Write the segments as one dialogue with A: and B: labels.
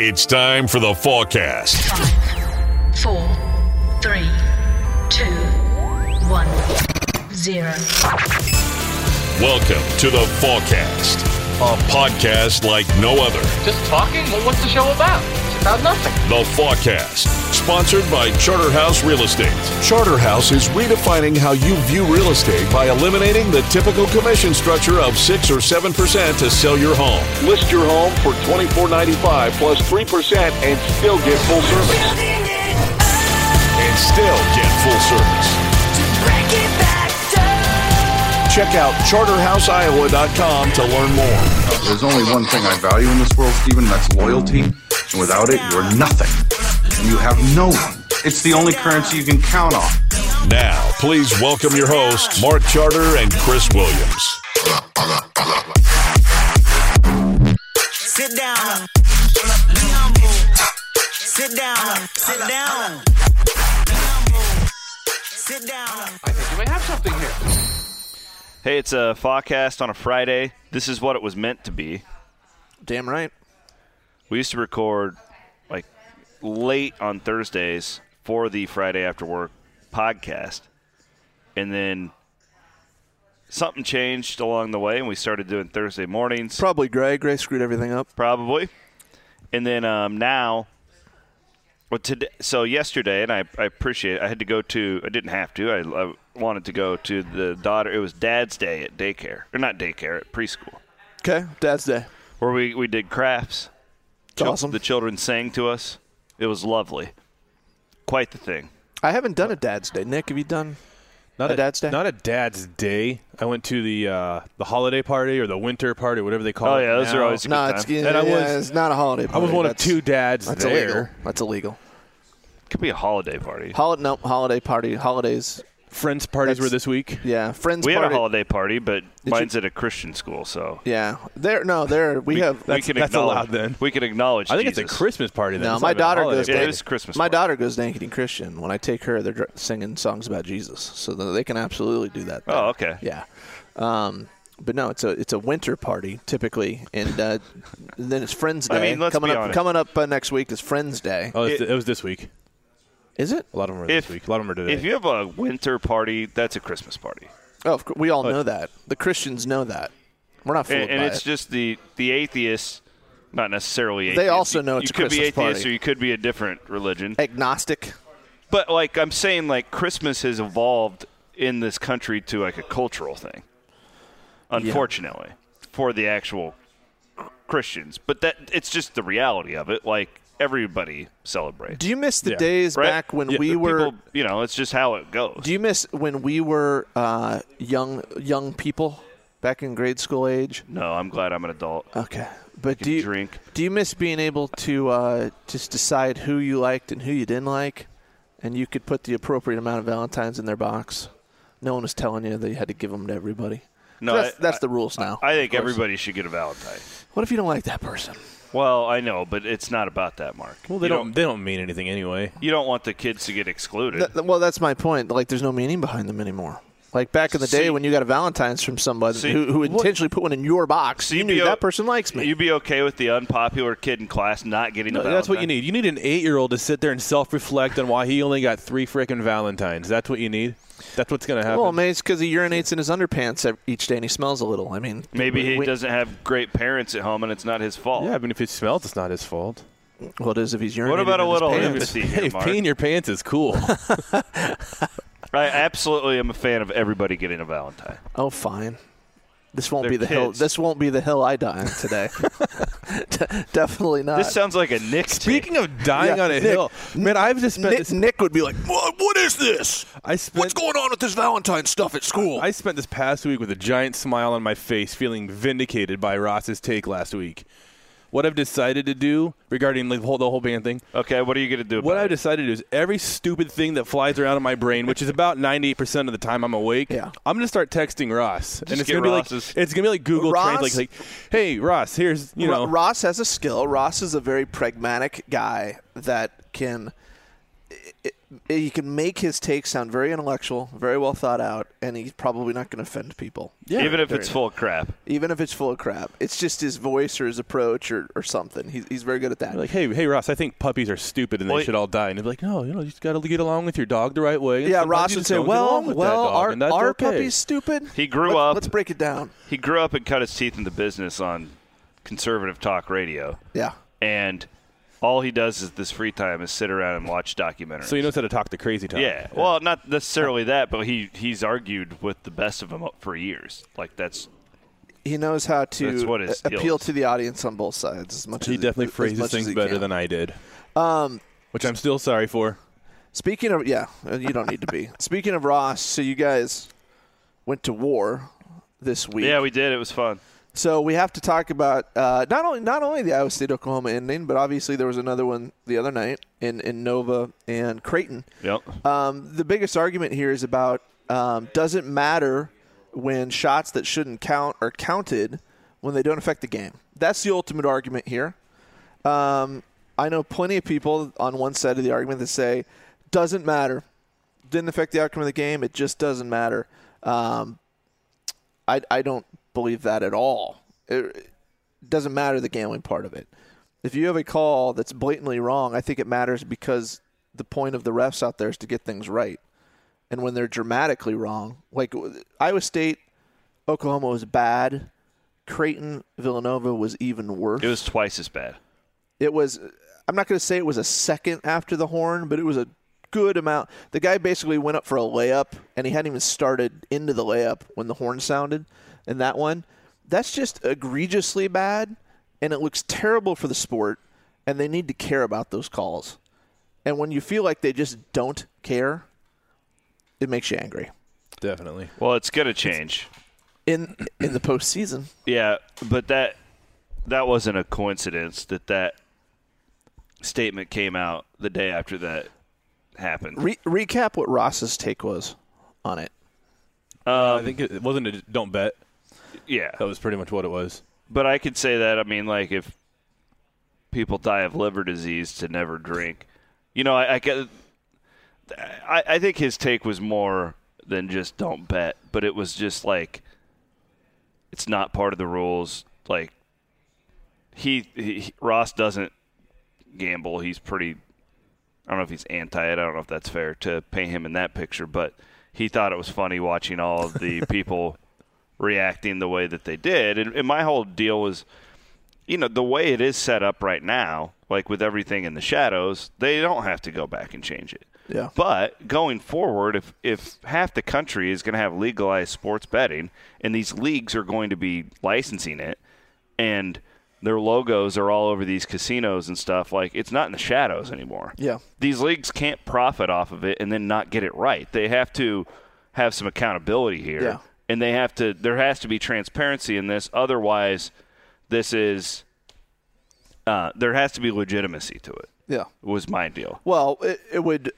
A: It's time for the forecast.
B: Five, four, three, two, one, zero.
A: Welcome to the forecast, a podcast like no other.
C: Just talking? Well, what's the show about? It's about nothing.
A: The Forecast, sponsored by Charterhouse Real Estate. Charterhouse is redefining how you view real estate by eliminating the typical commission structure of 6 or 7% to sell your home. List your home for $24.95 plus 3% and still get full service. And still get full service. Check out charterhouseiowa.com to learn more.
D: There's only one thing I value in this world, Stephen, and that's loyalty. And without it, you're nothing. And you have no one. It's the only currency you can count on.
A: Now, please welcome your hosts, Mark Charter and Chris Williams.
E: Sit down. Sit down. Sit down. Sit down.
C: I think you may have something here.
F: Hey, it's a Fawcast uh, on a Friday. This is what it was meant to be.
G: Damn right.
F: We used to record like late on Thursdays for the Friday After Work podcast. And then something changed along the way, and we started doing Thursday mornings,
G: Probably Gray. Gray screwed everything up.
F: probably. And then um, now, well, today, so yesterday, and I, I appreciate it, I had to go to, I didn't have to, I, I wanted to go to the daughter, it was Dad's Day at daycare, or not daycare, at preschool.
G: Okay, Dad's Day.
F: where we, we did crafts.
G: It's awesome.
F: The children sang to us. It was lovely. Quite the thing.
G: I haven't done a Dad's Day. Nick, have you done?
H: Not
G: A dad's day?
H: Not a dad's day. I went to the uh, the holiday party or the winter party, whatever they call
F: Oh,
H: it.
F: yeah, those are
H: now.
F: always- It's a good
G: No, it's,
F: time.
G: yeah,
H: And I was-
G: it's not a holiday.
H: I was
G: party.
H: one of
G: That's-
H: two dads
G: That's
H: there.
G: illegal. That's illegal.
F: could be a holiday party.
G: Hol- no, holiday party. Holidays.
H: Friends parties
G: That's-
H: were this week.
G: Yeah, friends
F: we had
G: party.
F: a holiday party, but
G: Did
F: mine's at a Christian school, so
G: Yeah, there. No, there. We, have.
H: that's- that's
F: acknowledge-
H: allowed then.
F: We can acknowledge.
H: I think it's
F: Jesus.
H: a Christmas party. Then.
G: No,
H: It's
G: my
H: not even a
G: daughter
H: holiday
G: goes.
F: Yeah, it
H: party.
F: is Christmas
G: My
F: party.
G: daughter goes Nankity Christian. When I take her, they're dr- singing songs about Jesus, so th- they can absolutely do that.
F: Oh, okay.
G: Yeah. Um, but no, it's a it's a winter party typically, and uh, then it's Friends Day.
F: I mean, let's
G: coming
F: be
G: up
F: honest.
G: coming up uh, next week is Friends Day. Oh,
H: Oh, it's- it, was this week.
G: Is it?
H: A lot of them were
F: If-
H: this week. A lot of them are today.
F: If you have a winter party, that's a Christmas party,
G: Oh, of cour- we all know that. The Christians know that. We're not fooled
F: and, and
G: by
F: it's
G: it.
F: just the the atheists, not necessarily. Atheists.
G: also
F: You-
G: know it's
F: you
G: a
F: could be
G: Christmas
F: atheist
G: party.
F: or you could be a different religion.
G: agnostic.
F: But like I'm saying, like Christmas has evolved in this country to like a cultural thing, unfortunately, for the actual Christians. But that it's just the reality of it. Like everybody celebrates.
G: Do you miss the
H: Yeah.
G: days
F: Right.
G: back when
H: Yeah,
G: we
H: the
G: were?
F: People, you know, it's just how it goes.
G: do you miss when we were uh, young young people back in grade school age?
F: no, I'm glad I'm an adult.
G: Okay, but
F: can
G: do you
F: drink.
G: do you miss being able to uh, just decide who you liked and who you didn't like, and you could put the appropriate amount of Valentines in their box? No one was telling you that you had to give them to everybody.
F: No,
G: that's,
F: I-
G: that's
F: I-
G: the rules now.
F: I think
G: of course.
F: everybody should get a Valentine.
G: What if you don't like that person?
F: Well, I know, but it's not about that, Mark.
H: well, they
F: you
H: don't, They don't mean anything anyway.
F: You don't want the kids to get excluded.
G: Th- th- well, that's my point. Like, there's no meaning behind them anymore. Like back in the day
F: See-
G: when you got a Valentine's from somebody
F: See-
G: who, who intentionally put one in your box,
F: So
G: you
F: you'd be
G: knew
F: o-
G: that person likes me.
F: You'd be okay with the unpopular kid in class not getting a
H: No,
F: Valentine.
H: that's what you need. You need an eight-year-old to sit there and self-reflect on why he only got three freaking Valentines. That's what you need. That's what's going to happen.
G: well, maybe it's because he urinates in his underpants ev- each day and he smells a little. I mean,
F: Maybe
G: we-
F: he
G: we-
F: doesn't have great parents at home, and it's not his fault.
H: yeah, I mean, if it smells, it's not his fault.
G: Well, it is if he's urinating.
F: What about
G: in
F: a
G: his
F: little
G: pants.
F: empathy
H: Hey,
F: here, Mark?
H: peeing your pants is cool.
F: I absolutely am a fan of everybody getting a Valentine.
G: Oh, fine. This won't
F: They're
G: be the hill.
F: kids.
G: This won't be the hill I die on today. De- definitely not.
F: This sounds like a Nick.
H: Uh, Speaking of dying
G: Yeah,
H: on a
G: Nick-
H: hill, man, I've just spent
G: Nick,
H: this,
G: Nick would be like, "What? What is this?
H: I spent
G: What's going on with this Valentine stuff at school?"
H: I spent this past week with a giant smile on my face, feeling vindicated by Ross's take last week. What I've decided to do regarding the whole the whole band thing,
F: okay, what are you going to do? About
H: what I've
F: it?
H: decided to do is every stupid thing that flies around in my brain, which is about ninety eight percent of the time I'm awake,
G: Yeah.
H: I'm gonna start texting Ross, and it's
F: get
H: gonna be like
F: Ross's-
H: it's gonna be like Google
G: Ross?
H: Translate, like, hey Ross, here's you
G: Ro-
H: know
G: Ross has a skill. Ross is a very pragmatic guy that can. i- i- he can make his take sound very intellectual, very well thought out, and he's probably not going to offend people.
H: Yeah,
F: Even if
G: there
F: it's
G: it
F: full of crap.
G: Even if it's full of crap, it's just his voice or his approach or, or something. He's, he's very good at that.
H: Like, hey, hey, Ross, I think puppies are stupid and they
F: Well,
H: should all die. And they'd be like, no, you know, you just got to get along with your dog the right way. and
G: yeah,
H: sometimes
G: Ross
H: you
G: would
H: just
G: say,
H: don't get
G: "Well,
H: along with that
G: well,
H: dog,
G: are
H: and that's
G: are
H: okay."
G: puppies stupid?"
F: He grew
G: Let's-
F: up-
G: Let's break it down.
F: He grew up and cut his teeth into business on conservative talk radio.
G: Yeah,
F: And all he does is this free time is sit around and watch documentaries.
H: So he knows how to talk the crazy talk.
F: yeah. Well, not necessarily that, but he he's argued with the best of them for years. Like that's
G: he knows how to
F: That's what his
G: a-
F: skill
G: appeal
F: is.
G: to the audience on both sides as much.
H: he
G: as
H: definitely
G: as
H: phrases
G: much as
H: things
G: he
H: better
G: can.
H: than I did. Um, which I'm still sorry for.
G: Speaking of yeah, uh, you don't need to be. Speaking of Ross, so you guys went to war this week.
F: yeah, we did. It was fun.
G: So we have to talk about uh, not only not only the Iowa State Oklahoma ending, but obviously there was another one the other night in in Nova and Creighton.
F: Yep.
G: Um, the biggest argument here is about um, does it matter when shots that shouldn't count are counted when they don't affect the game? That's the ultimate argument here. Um, I know plenty of people on one side of the argument that say doesn't matter, didn't affect the outcome of the game. It just doesn't matter. Um, I I don't believe that at all. It, it doesn't matter the gambling part of it. If you have a call that's blatantly wrong, I think it matters because the point of the refs out there is to get things right. And when they're dramatically wrong, like w- Iowa State, Oklahoma was bad. Creighton, Villanova was even worse.
F: It was twice as bad.
G: It was. I'm not going to say it was a second after the horn, but it was a good amount. The guy basically went up for a layup, and he hadn't even started into the layup when the horn sounded. In that one, that's just egregiously bad, and it looks terrible for the sport. And they need to care about those calls. And when you feel like they just don't care, it makes you angry.
H: Definitely.
F: Well, it's gonna change.
G: In in the postseason,
F: Yeah, but that that wasn't a coincidence that that statement came out the day after that happened.
G: Re- recap what Ross's take was on it.
H: I think it, it wasn't a don't bet.
F: yeah.
H: That was pretty much what it was.
F: But I could say that. I mean, like if people die of liver disease to never drink, you know, I, I get. I, I think his take was more than just don't bet, but it was just like it's not part of the rules. Like he, he Ross doesn't gamble. He's pretty. I don't know if he's anti it. I don't know if that's fair to paint him in that picture, but he thought it was funny watching all of the people reacting the way that they did. And, and my whole deal was, you know, the way it is set up right now, like with everything in the shadows, they don't have to go back and change it.
G: Yeah.
F: But going forward, if if half the country is going to have legalized sports betting, and these leagues are going to be licensing it, and their logos are all over these casinos and stuff, like it's not in the shadows anymore
G: Yeah.
F: these leagues can't profit off of it and then not get it right. They have to have some accountability here,
G: Yeah.
F: and they have to. There has to be transparency in this. Otherwise, this is uh, there has to be legitimacy to it.
G: Yeah.
F: Was my deal.
G: Well, it, it would.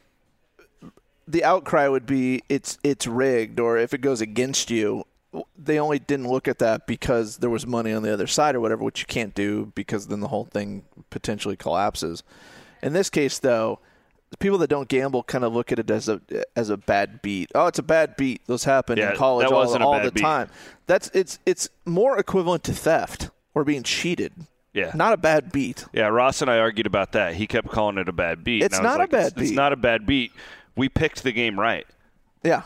G: The outcry would be it's it's rigged, or if it goes against you, they only didn't look at that because there was money on the other side or whatever, which you can't do because then the whole thing potentially collapses. In this case, though, the people that don't gamble kind of look at it as a as a bad beat. Oh, it's a bad beat. Those happen
F: Yeah,
G: in college
F: that
G: all,
F: wasn't a
G: all
F: bad
G: the
F: beat.
G: time. That's it's it's more equivalent to theft or being cheated.
F: Yeah.
G: not a bad beat.
F: Yeah, Ross and I argued about that. He kept calling it a bad beat.
G: It's
F: and I was
G: not a
F: like,
G: bad
F: it's, It's
G: beat."
F: not a bad beat. We picked the game right.
G: Yeah,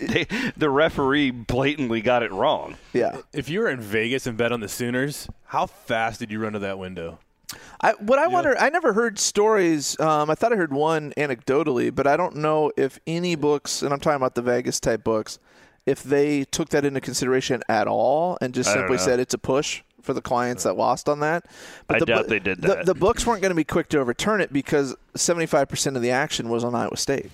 F: they, the referee blatantly got it wrong.
G: yeah.
H: If you were in Vegas and bet on the Sooners, how fast did you run to that window?
G: I, what I wonder, I never heard stories. Um, I thought I heard one anecdotally, but I don't know if any books, and I'm talking about the Vegas type books, if they took that into consideration at all and just
F: I don't
G: simply
F: know.
G: said it's a push for the clients that lost on that. But
F: I doubt
G: bu-
F: they did
G: the-
F: that.
G: The, books weren't going to be quick to overturn it because 75% of the action was on Iowa State.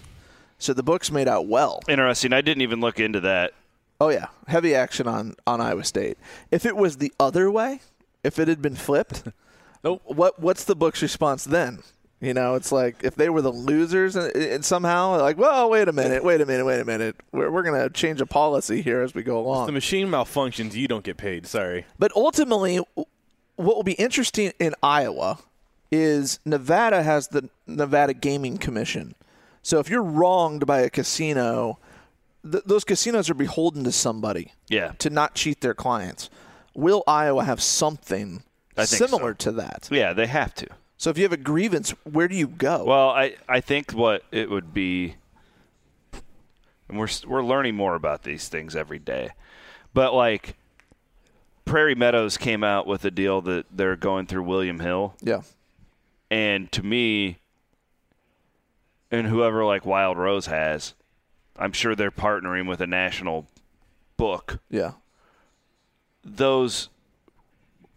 G: So the books made out well.
F: Interesting. I didn't even look into that.
G: Oh yeah, heavy action on on Iowa State. If it was the other way, if it had been flipped,
H: Nope.
G: What what's the book's response then? You know, it's like if they were the losers and, and somehow like, well, wait a minute, wait a minute, wait a minute. We're we're gonna change a policy here as we go along.
H: The machine malfunctions, you don't get paid. Sorry.
G: But ultimately, w- what will be interesting in Iowa is Nevada has the Nevada Gaming Commission. So if you're wronged by a casino, th- those casinos are beholden to somebody
F: Yeah.
G: to not cheat their clients. Will Iowa have something
F: I think so.
G: similar to that?
F: Yeah, they have to.
G: So if you have a grievance, where do you go?
F: Well, I, I think what it would be, and we're s- we're learning more about these things every day, but like Prairie Meadows came out with a deal that they're going through William Hill,
G: yeah.
F: and to me, and whoever like Wild Rose has, I'm sure they're partnering with a national book.
G: Yeah.
F: Those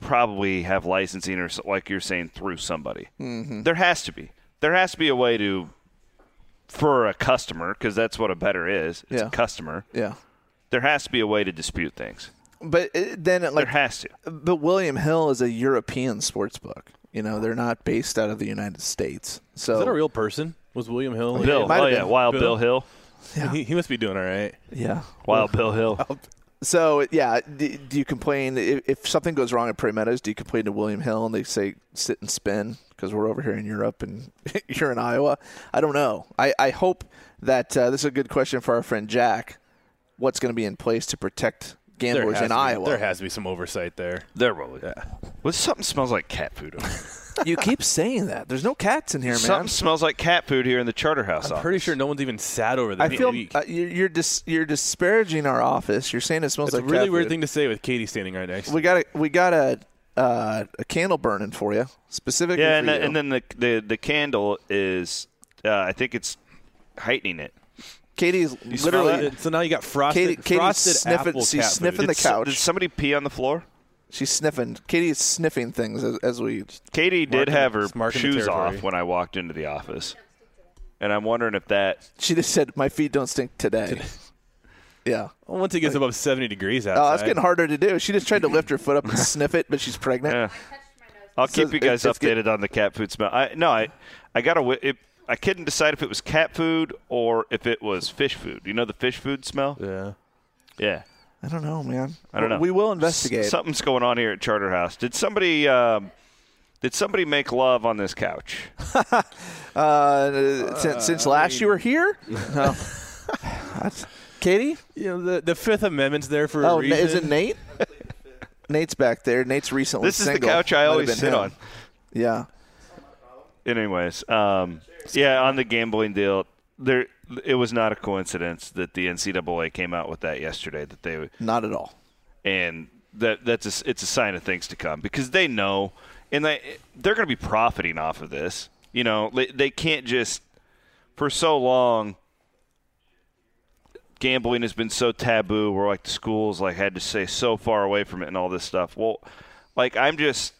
F: probably have licensing or s- like you're saying through somebody.
G: Mm-hmm.
F: There has to be. There has to be a way to for a customer because that's what a better is. It's
G: Yeah.
F: a customer.
G: Yeah.
F: There has to be a way to dispute things.
G: But it, then it,
F: There
G: like
F: has to.
G: but William Hill is a European sports book. You know, they're not based out of the United States. So
H: Is that a real person? Was William Hill?
F: Bill.
G: Oh. might
F: Oh
G: have
F: yeah,
G: been.
F: Wild
H: Bill.
F: Bill, Hill.
H: He, he must be doing all right.
G: yeah.
F: Wild Bill Hill.
G: So yeah, do, do you complain if, if something goes wrong at Prairie Meadows? Do you complain to William Hill and they say sit and spin because we're over here in Europe and you're in Iowa? I don't know. I, I hope that uh, this is a good question for our friend Jack. What's going to be in place to protect
H: There
G: gamblers
H: has
G: in
H: to be-
G: Iowa?
H: There has to be some oversight there.
F: There really. Yeah. Well, something smells like cat food. Over there.
G: you keep saying that. There's no cats in here, man.
F: something smells like cat food here in the charter house.
H: I'm
F: office.
H: pretty sure no one's even sat over there.
G: I
H: in a
G: feel
H: week.
G: uh, you're you're, dis- you're disparaging our office. You're saying it smells
H: It's
G: like
H: a really
G: cat
H: weird
G: food.
H: thing to say with Katie standing right next.
G: We got a we got a uh, a candle burning for you specifically.
F: Yeah, and,
G: for you.
F: the, and then the the the candle is. Uh, I think it's heightening it.
G: Katie's
H: to
G: literally
H: you. So now you got frosted,
G: Katie- Katie's
H: frosted
G: sniffing-
H: apple
G: she's
H: cat
G: sniffing
H: food.
G: the
F: Did s-
G: couch.
F: Did somebody pee on the floor?
G: She's sniffing. Katie is sniffing things as, as we.
F: Katie did
H: Marking-
F: have her
H: it's marking the
F: shoes
H: territory.
F: off when I walked into the office, and I'm wondering if that.
G: She just said, "My feet don't stink today." yeah.
H: Well, Once it gets above 70 degrees outside.
G: Oh, that's getting harder to do. She just tried to lift her foot up and sniff it, but she's pregnant.
F: eh. I'll keep
G: So
F: you guys
G: it- it's
F: updated
G: good.
F: on the cat food smell. I no, I I got to It, I couldn't decide if it was cat food or if it was fish food. You know the fish food smell?
H: Yeah.
F: Yeah.
G: I don't know, man.
F: I don't know.
G: We will investigate.
F: S- something's going on here at Charter House. Did somebody um, did somebody make love on this couch?
G: uh, since, since last you were here, no. That's- Katie?
H: You know, the, the Fifth Amendment's there for
G: Oh,
H: a
G: Na-
H: reason.
G: is it Nate? Nate's back there. Nate's recently.
F: This is the
G: single.
F: couch I
G: Might have
F: always
G: been
F: sit
G: him.
F: on.
G: Yeah.
F: Anyways, um, yeah, on the gambling deal, there it was not a coincidence that the NCAA came out with that yesterday. That they
G: Not at all.
F: and that that's a s it's a sign of things to come because they know and they they're going to be profiting off of this. You know, they, they can't just for so long gambling has been so taboo where like the schools like had to stay so far away from it and all this stuff. Well, like I'm just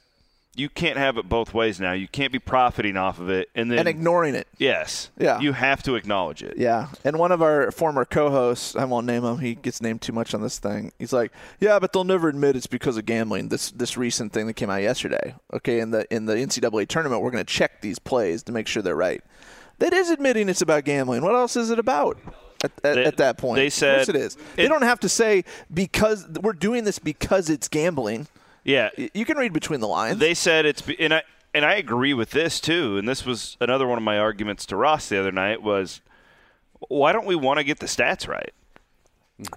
F: you can't have it both ways now. You can't be profiting off of it and then
G: And ignoring it.
F: Yes.
G: Yeah.
F: You have to acknowledge it.
G: Yeah, and one of our former co-hosts, I won't name him. He gets named too much on this thing. He's like, "Yeah, but they'll never admit it's because of gambling." This this recent thing that came out yesterday. Okay, in the in the NCAA tournament, we're going to check these plays to make sure they're right. That is admitting it's about gambling. What else is it about? At, at,
F: They-
G: at that point,
F: they said-
G: of course it is. they
F: it-
G: don't have to say because we're doing this because it's gambling.
F: Yeah.
G: Y- You can read between the lines.
F: They said it's be- and I and I agree with this too. And this was another one of my arguments to Ross the other night was why don't we want to get the stats right?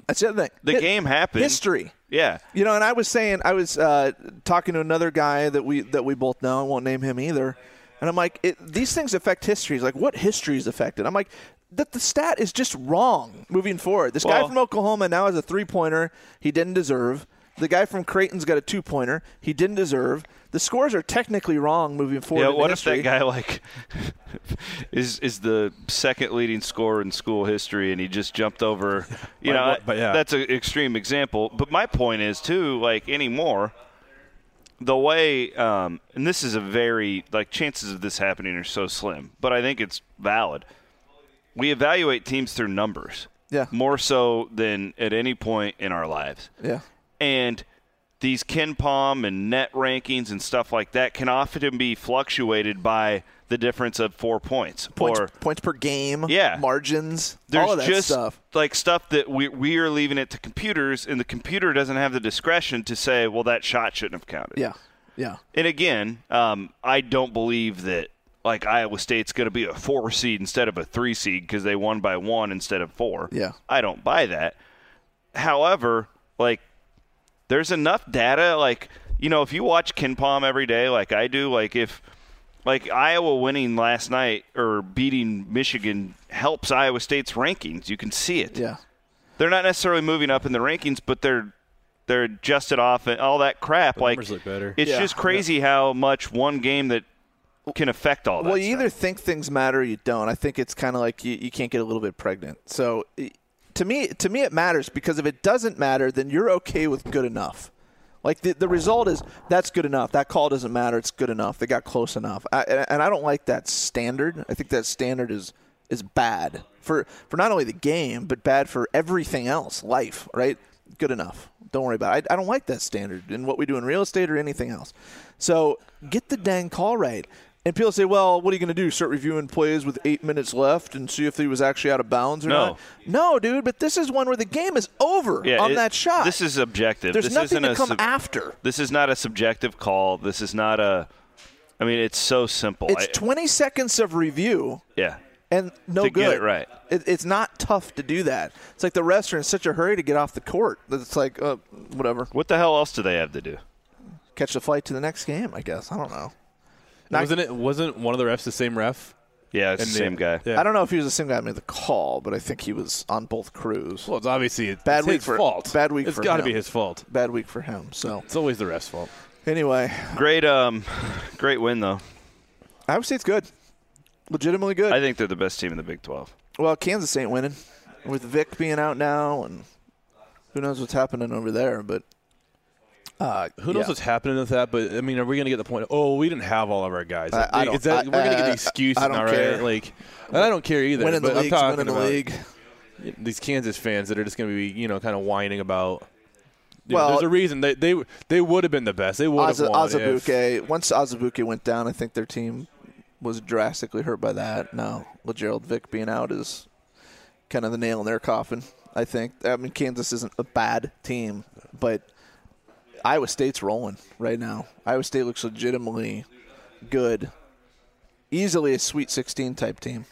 G: That's the other thing.
F: The
G: Hi-
F: game happened.
G: History.
F: Yeah.
G: You know, and I was saying I was uh, talking to another guy that we that we both know. I won't name him either. And I'm like, it, these things affect history. He's like, what history is affected? I'm like, that the stat is just wrong moving forward. This guy
F: Well-
G: from Oklahoma now has a three pointer he didn't deserve. The guy from Creighton's got a two pointer he didn't deserve. The scores are technically wrong moving forward.
F: Yeah,
G: in
F: what if
G: history.
F: that guy like is is the second leading scorer in school history and he just jumped over you
H: By
F: know
H: what- but yeah.
F: that's an extreme example. But my point is too, like anymore the way um, and this is a very like chances of this happening are so slim, but I think it's valid. We evaluate teams through numbers.
G: Yeah.
F: More so than at any point in our lives
G: Yeah.
F: and these Ken Palm and net rankings and stuff like that can often be fluctuated by the difference of four points,
G: Points,
F: or
G: points per game,
F: Yeah.
G: margins,
F: there's
G: all of that
F: just
G: stuff.
F: like stuff that we we are leaving it to computers, and the computer doesn't have the discretion to say, well, that shot shouldn't have counted.
G: Yeah, yeah.
F: And again, um, I don't believe that like Iowa State's going to be a four seed instead of a three seed because they won by one instead of four.
G: Yeah.
F: I don't buy that. However, like there's enough data like you know if you watch Ken Palm every day like I do like if like Iowa winning last night or beating Michigan helps Iowa State's rankings. You can see it.
G: Yeah.
F: They're not necessarily moving up in the rankings, but they're they're adjusted off and all that crap. like
H: numbers look better.
F: it's
G: Yeah.
F: just crazy how much one game that can affect all that.
G: Well, you
F: stuff.
G: either think things matter or you don't. I think it's kind of like you, you can't get a little bit pregnant. So i- to me, to me, it matters because if it doesn't matter, then you're okay with good enough. Like the, the result is that's good enough. That call doesn't matter. It's good enough. They got close enough. I, and- and I don't like that standard. I think that standard is is bad for for not only the game but bad for everything else, life. Right? Good enough. Don't worry about it. I, I don't like that standard in what we do in real estate or anything else. So get the dang call right. And people say, "Well, what are you going to do? Start reviewing plays with eight minutes left and see if he was actually out of bounds or
F: No.
G: not?" No, dude. But this is one where the game is over
F: Yeah,
G: on
F: it-
G: that shot.
F: This is objective.
G: There's
F: this
G: nothing
F: isn't
G: to
F: a
G: come
F: sub-
G: after.
F: This is not a subjective call. This is not a. I mean, it's so simple.
G: It's
F: I-
G: 20 seconds of review
F: yeah.
G: and no
F: To
G: good.
F: get it right.
G: It, it's not tough to do that. It's like the refs are in such a hurry to get off the court that it's like, uh, whatever,
F: What the hell else do they have to do?
G: catch the flight to the next game. I guess I don't know. Not-
H: Wasn't it? Wasn't one of the refs the same ref?
F: Yeah, it's
H: And
F: the same guy.
H: Yeah.
G: I don't know if he was the same guy that made the call, but I think he was on both crews.
H: Well, it's obviously it's
G: Bad
H: his
G: week for-
H: fault.
G: bad week
H: It's
G: for
H: got to
G: him.
H: be his fault.
G: Bad week for him. So
H: It's always the ref's fault.
G: anyway,
F: Great, um, great win though.
G: Iowa State's good, legitimately good.
F: I think they're the best team in the Big Twelve.
G: well, Kansas ain't winning with Vic being out now, and who knows what's happening over there. But uh,
H: Who knows
G: yeah.
H: what's happening with that? But I mean, are we going to get the point? Oh, we didn't have all of our guys.
G: I- I
H: Like, is
G: don't-
H: that,
G: I-
H: we're going to get
G: I-
H: the excuse,
G: I don't
H: all
G: care.
H: right? Like, and I don't care either.
G: winning the
H: but I'm
G: league,
H: talking
G: winning the
H: about
G: league.
H: these Kansas fans that are just going to be, you know, kind of whining about. you know,
G: Well-
H: there's a reason they they they would have been the best. They would have
G: Aza,
H: won. if-
G: Azabuke. Once Azabuke went down, I think their team was drastically hurt by that. No, Gerald Vick being out is kind of the nail in their coffin. I think. I mean, Kansas isn't a bad team, but Iowa State's rolling right now. Iowa State looks legitimately good, easily a Sweet 16 type team.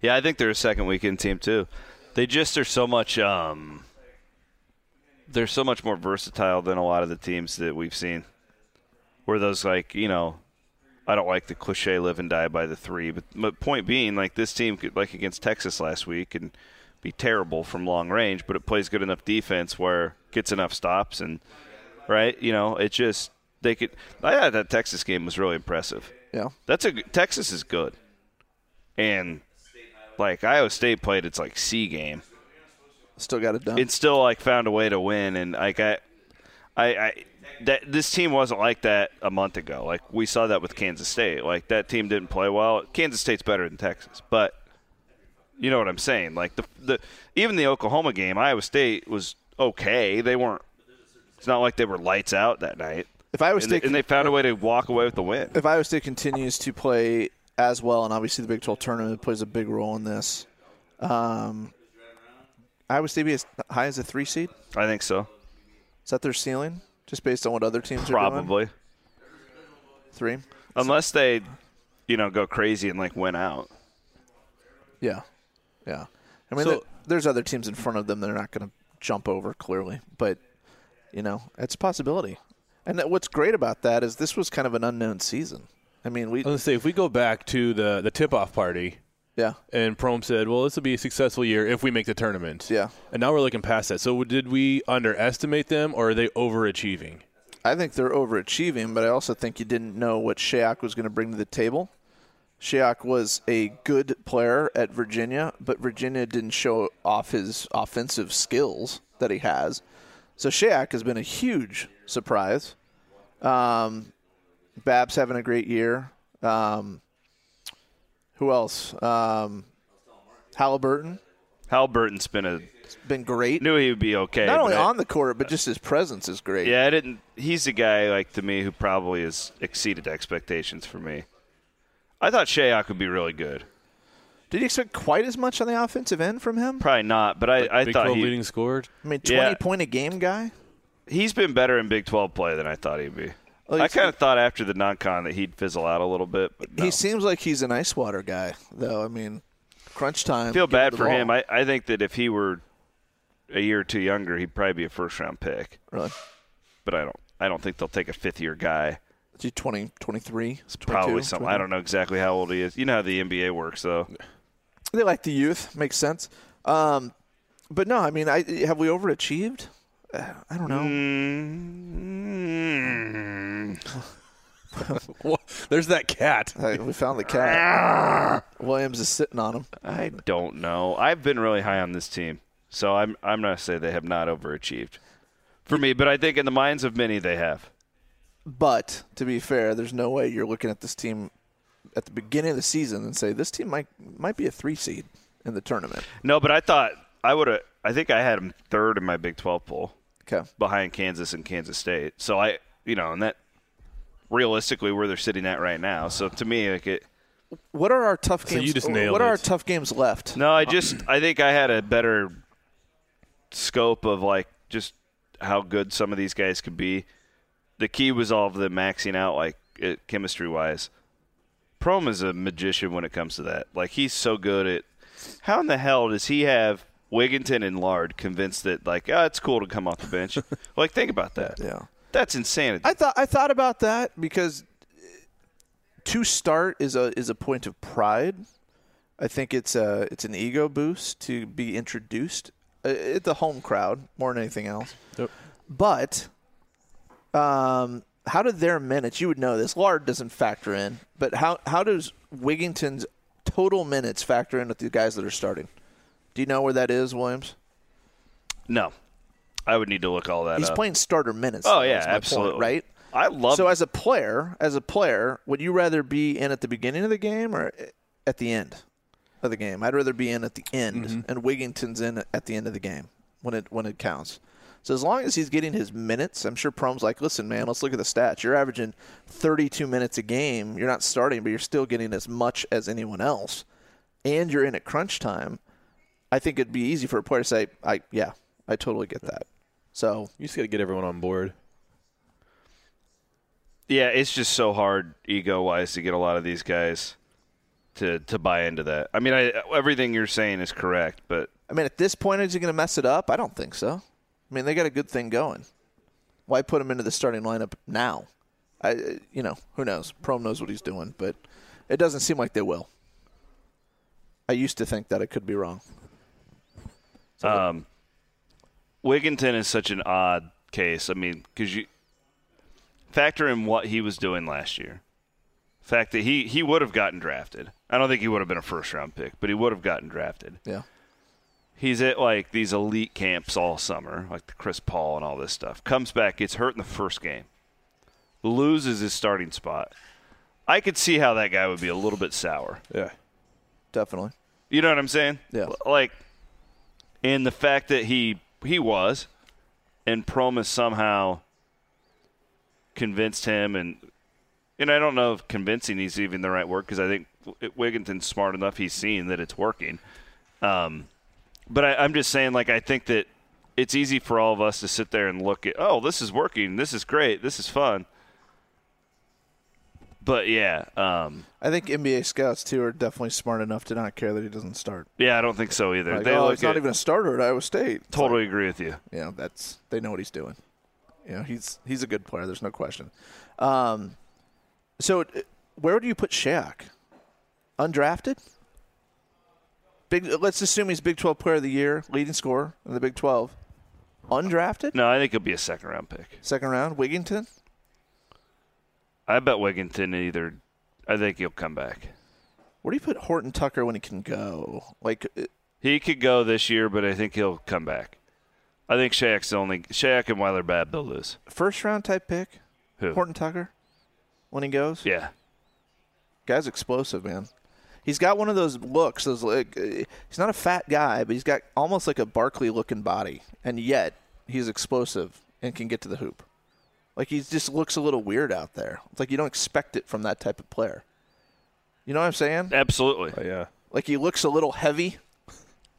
F: Yeah, I think they're a second weekend team too. They just are so much. Um, they're so much more versatile than a lot of the teams that we've seen. Where those like you know, I don't like the cliche live and die by the three, but but point being, like this team could like against Texas last week and be terrible from long range, but it plays good enough defense where gets enough stops and right, you know, it just they could. I thought that Texas game was really impressive.
G: Yeah,
F: That's a g- Texas is good, and like Iowa State played its like C game,
G: still got it done.
F: it still like found a way to win, and like I, I, I that this team wasn't like that a month ago. Like we saw that with Kansas State. Like that team didn't play well. Kansas State's better than Texas, but you know what I'm saying. Like the the even the Oklahoma game, Iowa State was okay. They weren't. It's not like they were lights out that night.
G: if Iowa
F: And they,
G: State
F: and they found a way to walk away with the win.
G: if Iowa State continues to play as well, and obviously the Big 12 tournament plays a big role in this, um, Iowa State be as high as a three seed?
F: I think so.
G: Is that their ceiling? Just based on what other teams are doing?
F: Probably.
G: Three?
F: Unless they, you know, go crazy and like win out.
G: Yeah. Yeah. I mean,
H: So-
G: there- there's other teams in front of them that are not going to jump over, clearly. But, you know, it's a possibility. And that- what's great about that is this was kind of an unknown season. I mean, we,
H: I was going to say if we go back to the the tip off party
G: yeah.
H: and Prom said, "Well, this will be a successful year if we make the tournament."
G: Yeah.
H: And now we're looking past that. So did we underestimate them or are they overachieving?
G: I think they're overachieving, but I also think you didn't know what Shayak was going to bring to the table. Shayak was a good player at Virginia, but Virginia didn't show off his offensive skills that he has. So Shayak has been a huge surprise. Um, Babs having a great year. Um, who else? Um, Halliburton
F: Hal Burton's been a
G: been great.
F: knew he would be okay.
G: Not
F: but
G: only
F: I-
G: on the court, but just his presence is great.
F: yeah, I didn't. He's a guy like to me who probably has exceeded expectations for me. I thought Shayok would be really good.
G: Did you expect quite as much on the offensive end from him?
F: Probably not, but I, I
H: Big
F: thought
H: 12
F: he,
H: leading scorer.
G: I mean, 20
F: Yeah.
G: point a game guy?
F: he's been better in Big 12 play than I thought he'd be.
G: Like,
F: I kind of thought after the non-con that he'd fizzle out a little bit. But no.
G: He seems like he's an ice water guy, though. I mean, crunch time.
F: feel
G: give him
F: bad
G: the
F: for
G: ball.
F: him. I, I think that if he were a year or two younger, he'd probably be a first-round pick.
G: really.
F: But I don't. I don't think they'll take a fifth-year guy.
G: Is he 20, 23?
F: Probably some. I don't know exactly how old he is. You know how the NBA works, though.
G: They like the youth. Makes sense. Um, but no, I mean, I have we overachieved? Uh, I don't know.
F: Mm.
H: Wha- There's that cat.
G: Uh, we found the cat. Williams is sitting on him.
F: I don't know. I've been really high on this team, so I'm I'm not say they have not overachieved for me, but I think in the minds of many they have.
G: But to be fair, there's no way you're looking at this team at the beginning of the season and say this team might might be a three seed in the tournament.
F: No, but I thought I would have. I think I had them third in my Big 12 poll
G: Okay.
F: behind Kansas and Kansas State. So I, you know, and that realistically where they're sitting at right now. So to me, like it.
G: What are our tough games?
H: you just
G: what
H: nailed
G: are our
H: it.
G: tough games left?
F: No, I just I think I had a better scope of like just how good some of these guys could be. The key was all of them maxing out like it, chemistry wise. Prom is a magician when it comes to that. Like he's so good at how in the hell does he have Wigginton and Lard convinced that like oh, it's cool to come off the bench? like think about that.
G: Yeah.
F: That's insanity.
G: I thought I thought about that because to start is a is a point of pride. I think it's a it's an ego boost to be introduced uh, at the home crowd more than anything else.
H: Yep.
G: But um, how do their minutes? You would know this. Lard doesn't factor in, but how how does Wigginton's total minutes factor in with the guys that are starting? Do you know where that is, Williams?
F: no, I would need to look all that
G: He's
F: up.
G: playing starter minutes.
F: oh
G: though,
F: yeah,
G: is my point,
F: absolutely.
G: right.
F: I love
G: So as a player, as a player, would you rather be in at the beginning of the game or at the end of the game? I'd rather be in at the end,
F: Mm-hmm.
G: and Wigginton's in at the end of the game when it when it counts. So as long as he's getting his minutes, I'm sure Prom's like, listen, man, let's look at the stats. You're averaging 32 minutes a game. You're not starting, but you're still getting as much as anyone else, and you're in at crunch time. I think it'd be easy for a player to say, I yeah, I totally get that. So
H: You just got to get everyone on board.
F: Yeah, it's just so hard ego wise to get a lot of these guys to to buy into that. I mean, I, everything you're saying is correct, but
G: I mean, at this point, is he going to mess it up? I don't think so. I mean, they got a good thing going. Why put him into the starting lineup now? I, you know, who knows? Prom knows what he's doing, but it doesn't seem like they will. I used to think that I could be wrong.
F: um, Wigginton is such an odd case. I mean, because you factor in what he was doing last year, fact that he he would have gotten drafted. I don't think he would have been a first round pick, but he would have gotten drafted.
G: Yeah,
F: He's at like these elite camps all summer, like the Chris Paul and all this stuff. Comes back, gets hurt in the first game, loses his starting spot. I could see how that guy would be a little bit sour.
H: Yeah.
G: definitely.
F: You know what I'm saying?
G: Yeah.
F: L- Like, and the fact that he he was, and Promus somehow convinced him, and and I don't know if convincing is even the right word because I think W- Wigginton's smart enough. He's seen that it's working. Um, but I, I'm just saying, like, I think that it's easy for all of us to sit there and look at, oh, this is working. This is great. This is fun. But yeah, um,
G: I think NBA scouts too are definitely smart enough to not care that he doesn't start.
F: yeah, I don't think so either.
G: Like,
F: they
G: oh,
F: look
G: he's not
F: at-
G: even a starter at Iowa State. It's
F: totally agree with you.
G: you know that's they know what he's doing. You know he's he's a good player. There's no question. Um, so uh, where do you put Shaq? Undrafted. Big. uh, Let's assume he's Big 12 Player of the Year, leading scorer in the Big 12. Undrafted.
F: No, I think it'll be a second round pick.
G: Second round, Wigginton.
F: I bet Wigginton either. I think he'll come back.
G: Where do you put Horton Tucker when he can go? Like, uh,
F: He could go this year, but I think he'll come back. I think Shaq's the only Shaq and Weiler bad. They'll lose.
G: first round type pick.
F: Who?
G: Horton Tucker. When he goes.
F: Yeah,
G: Guy's explosive, man. He's got one of those looks. Those like, uh, he's not a fat guy, but he's got almost like a Barkley looking body, and yet he's explosive and can get to the hoop. Like he just looks a little weird out there. It's like you don't expect it from that type of player. You know what I'm saying?
F: absolutely.
H: But yeah.
G: Like he looks a little heavy,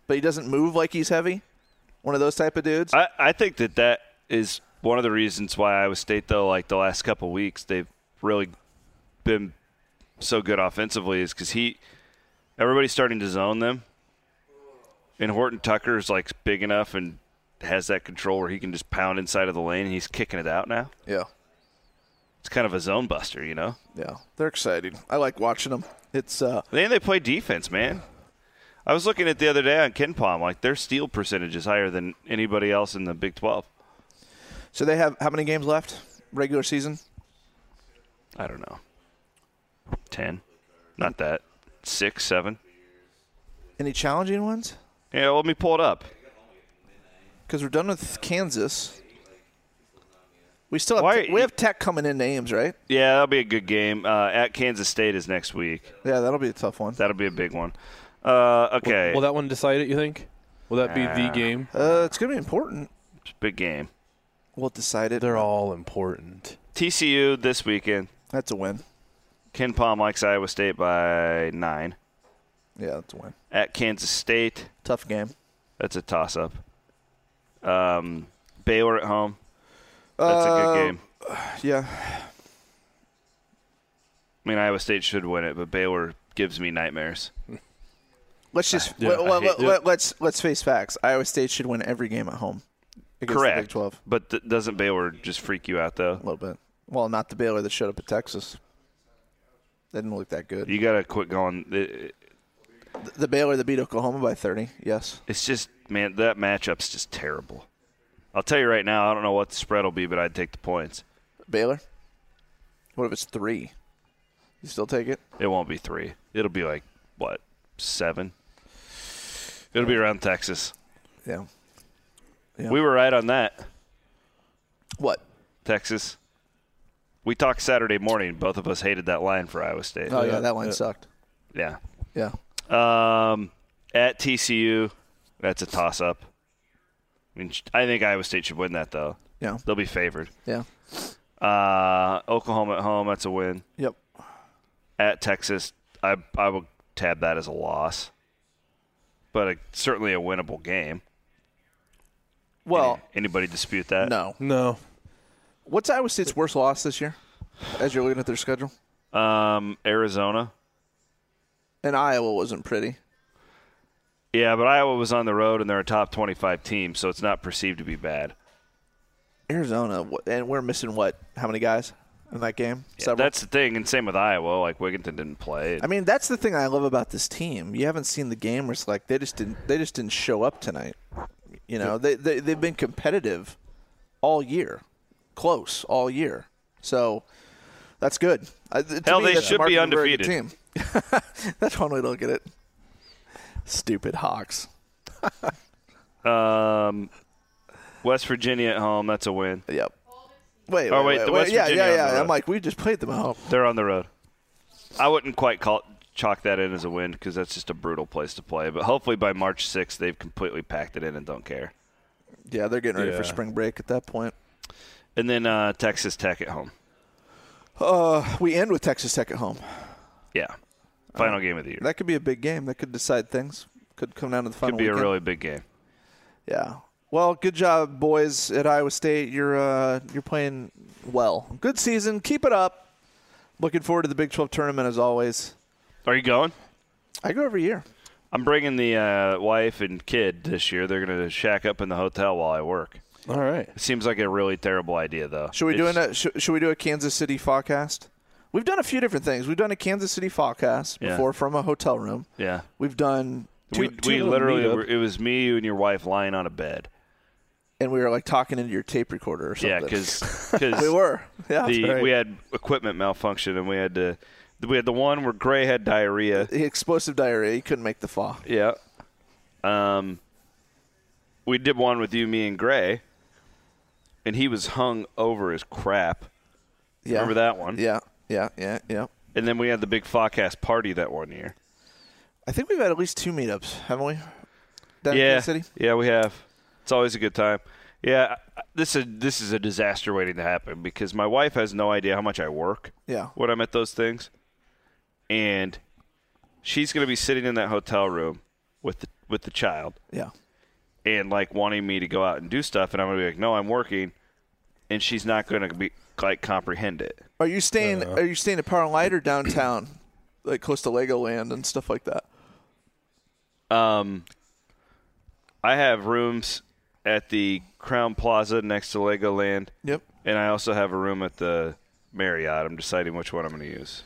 G: but he doesn't move like he's heavy. One of those type of dudes.
F: I I think that that is one of the reasons why Iowa State, though, like the last couple weeks, they've really been so good offensively is because he, everybody's starting to zone them, and Horton Tucker is like big enough and has that control where he can just pound inside of the lane, and he's kicking it out now.
G: Yeah.
F: It's kind of a zone buster, you know.
G: Yeah. They're exciting. I like watching them. It's uh
F: Then they play defense, man. I was looking at the other day on Ken Palm, like their steal percentage is higher than anybody else in the Big Twelve.
G: so they have how many games left? Regular season?
F: I don't know. Ten. Not that. Six, seven.
G: Any challenging ones?
F: Yeah, let me pull it up.
G: Because we're done with Kansas. We still have
F: Why-
G: we have Tech coming in names, right?
F: Yeah, that'll be a good game. Uh, at Kansas State is next week.
G: Yeah, that'll be a tough one.
F: That'll be a big one. Uh, okay.
H: Will that one decide it? You think? Will that be the game?
G: Uh, it's gonna be important.
F: big game.
G: We'll decide it.
H: They're all important.
F: TCU this weekend.
G: That's a win.
F: Ken Palm likes Iowa State by nine.
G: Yeah, that's a win.
F: At Kansas State,
G: Tough game.
F: that's a toss up. Um, Baylor at home. That's a
G: Uh,
F: good game.
G: Yeah,
F: I mean, Iowa State should win it, but Baylor gives me nightmares.
G: Let's just
H: Yeah,
G: let,
H: I hate-
G: us let's face facts. Iowa State should win every game at home. Against The Big
F: Correct.
G: Twelve,
F: But th- doesn't Baylor just freak you out, though?
G: a little bit. Well, not the Baylor that showed up at Texas. They didn't look that good.
F: You got to quit going. It-
G: The Baylor that beat Oklahoma by thirty. Yes.
F: It's just, man, that matchup's just terrible. I'll tell you right now, I don't know what the spread will be, but I'd take the points.
G: Baylor. What if it's three? You still take it?
F: It won't be three. It'll be like, what, seven? It'll be around Texas.
G: Yeah.
F: We were right on that,
G: What?
F: Texas. We talked Saturday morning. Both of us hated that line for Iowa State.
G: Oh yeah, that line sucked.
F: yeah.
G: Yeah.
F: Um, at TCU, that's a toss up. I mean, sh- I think Iowa State should win that though.
G: Yeah.
F: They'll be favored.
G: Yeah.
F: Uh, Oklahoma at home, that's a win.
G: Yep.
F: At Texas, I I will tab that as a loss, but a, certainly a winnable game.
G: Well, uh,
F: Anybody dispute that?
G: Oh. no.
H: No.
G: What's Iowa State's worst loss this year? As you're looking at their schedule,
F: Um, Arizona.
G: and Iowa wasn't pretty.
F: Yeah, but Iowa was on the road and they're a top twenty-five team, so it's not perceived to be bad.
G: Arizona, wh- and we're missing what? How many guys in that game? Several.
F: That's the thing, and same with Iowa. Like Wigginton didn't play.
G: I mean, that's the thing I love about this team. You haven't seen the game where it's like they just didn't they just didn't show up tonight. You know, they, they they've been competitive all year, close all year. So that's good. I- to
F: Hell,
G: me,
F: they
G: that's a
F: should be
G: mark of a very good
F: undefeated.
G: Team. that's one way to look at it. Stupid Hawks.
F: Um, West Virginia at home, that's a win.
G: Yep. Wait,
F: Oh, wait,
G: wait, wait,
F: the
G: wait.
F: West
G: yeah,
F: Virginia on
G: yeah,
F: the
G: yeah.
F: road.
G: I'm like, we just played them at home.
F: They're on the road. I wouldn't quite call chalk that in as a win because that's just a brutal place to play. But hopefully by March 6th, they've completely packed it in and don't care.
G: Yeah, they're getting ready
H: Yeah.
G: for spring break at that point.
F: And then uh, Texas Tech at home.
G: Uh, we end with Texas Tech at home.
F: Yeah,
G: Uh,
F: final game of the year.
G: That could be a big game. That could decide things. Could come down to the final.
F: Could be a
G: weekend.
F: really big game.
G: yeah. Well, good job, boys at Iowa State. You're uh, you're playing well. Good season. Keep it up. Looking forward to the Big 12 tournament as always.
F: Are you going?
G: I go every year.
F: I'm bringing the uh, wife and kid this year. They're going to shack up in the hotel while I work.
H: All right.
F: It seems like a really terrible idea, though.
G: Should we do
F: It's-
G: a should, should we do a Kansas City forecast? We've done a few different things. We've done a Kansas City forecast
F: Yeah.
G: before from a hotel room.
F: Yeah.
G: We've done two,
F: we
G: two
F: we
G: little
F: literally,
G: meetup,
F: were, it was me, you, and your wife lying on a bed.
G: and we were like talking into your tape recorder or something.
F: Yeah, because
G: we were. Yeah,
F: the,
G: that's right.
F: we had equipment malfunction and we had to we had the one where Gray had diarrhea.
G: The explosive diarrhea. He couldn't make the fall.
F: Yeah. Um we did one with you, me and Gray. And he was hung over his crap.
G: Yeah.
F: Remember that one?
G: Yeah, yeah, yeah, yeah.
F: And then we had the big Forecast party that one year.
G: I think we've had at least two meetups, haven't we? Down in
F: yeah.
G: Kansas City.
F: Yeah, we have. It's always a good time. Yeah, I- this is this is a disaster waiting to happen because my wife has no idea how much I work.
G: Yeah.
F: when I'm at those things, and she's gonna be sitting in that hotel room with the, with the child
G: Yeah.
F: and like wanting me to go out and do stuff, and I'm gonna be like, no, I'm working, and she's not going to be like comprehend it.
G: Are you staying? are you staying at Power and Light or downtown, like close to Legoland and stuff like that?
F: Um, I have rooms at the Crown Plaza next to Legoland,
G: Yep.
F: and I also have a room at the Marriott. I'm deciding which one I'm going to use.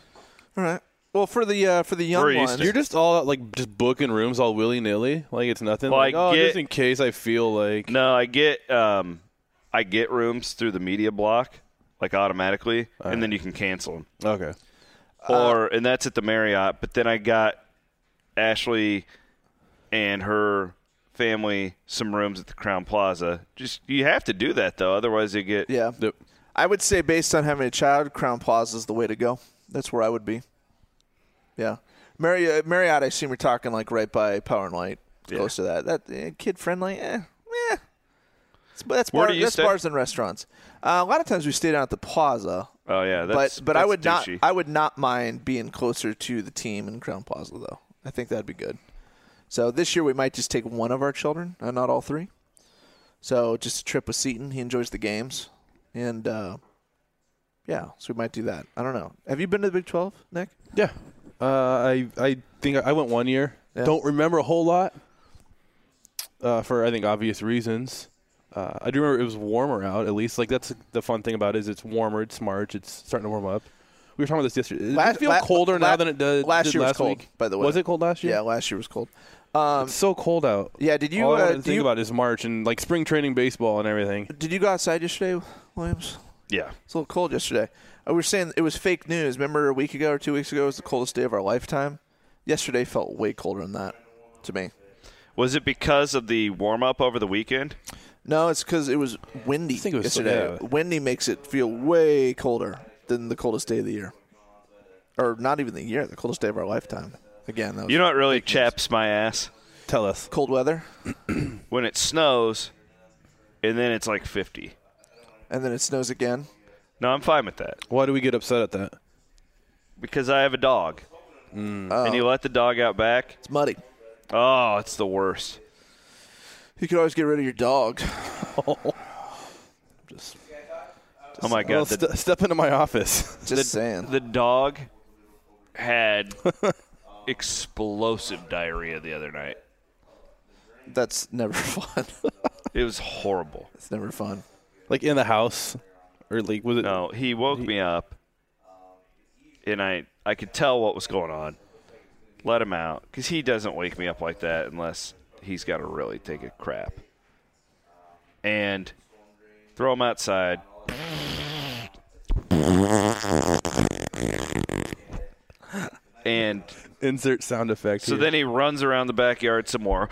G: All right. Well, for the uh, for the young
F: We're
G: ones,
F: Eastern.
H: You're just all like just booking rooms all willy nilly, like it's nothing.
F: Well, I
H: like oh,
F: get-
H: just in case I feel like
F: No, I get um, I get rooms through the media block like automatically, and then you can cancel them.
H: okay.
G: Uh,
F: or and that's at the Marriott. But then I got Ashley and her family some rooms at the Crown Plaza. Just you have to do that though, otherwise you get
G: yeah.
H: Yep.
G: I would say based on having a child, Crown Plaza is the way to go. That's where I would be. Yeah, Mary, uh, Marriott. I assume you're talking like right by Power and Light, close to that. That eh, kid friendly. Eh, eh. It's- but that's,
F: Where
G: bar,
F: do you
G: that's
F: stay?
G: bars and restaurants. Uh, a lot of times we stay down at the Plaza,
F: Oh yeah, that's
G: but but I
F: that's
G: would
F: douchey.
G: not I would not mind being closer to the team in Crown Plaza though. I think that'd be good. So this year we might just take one of our children, uh, not all three. So just a trip with Seton. He enjoys the games, and uh, yeah, so we might do that. I don't know. Have you been to the Big Twelve, Nick?
H: Yeah. Uh, I I think I went one year. Don't remember a whole lot. Uh, for I think obvious reasons. Uh, I do remember it was warmer out. At least like that's the fun thing about it is it's warmer. It's March. It's starting to warm up. We were talking about this yesterday. Does
G: Last-
H: it feel
G: la-
H: colder
G: la-
H: now than it does
G: last
H: did
G: year was
H: last
G: cold,
H: week?
G: by the way.
H: was it cold last year?
G: Yeah, last year was cold. Um,
H: it's so cold out.
G: yeah, did you,
H: All I
G: uh,
H: wanted to
G: do
H: think
G: you-
H: about is March and like spring training baseball and everything.
G: did you go outside yesterday, Williams?
F: yeah.
G: It's a little cold yesterday. Uh, we were saying it was fake news. Remember a week ago or two weeks ago it was the coldest day of our lifetime. Yesterday felt way colder than that to me.
F: Was it because of the warm up over the weekend?
G: No, it's because it was windy
H: think it was-
G: yesterday.
H: yeah.
G: Windy makes it feel way colder than the coldest day of the year, or not even the year. The coldest day of our lifetime. Again, that was
F: You know what really chaps my ass
H: Tell us.
G: cold weather,
F: when it snows, and then it's like 50.
G: and then it snows again.
F: No, I'm fine with that
H: Why do we get upset at that?
F: because I have a dog, and you let the dog out back.
G: It's muddy.
F: Oh, it's the worst.
G: You could always get rid of your dog.
F: Oh my
H: Well,
F: god, the,
H: st- step into my office.
G: Just saying.
F: the dog had explosive diarrhea the other night.
G: That's never fun.
F: It was horrible.
G: it's never fun.
H: like in the house, or like was it?
F: No, he woke me up, and I I could tell what was going on. Let him out because he doesn't wake me up like that unless he's got to really take a crap. And throw him outside. and
H: Insert sound effect.
F: so
H: here.
F: then he runs around the backyard some more.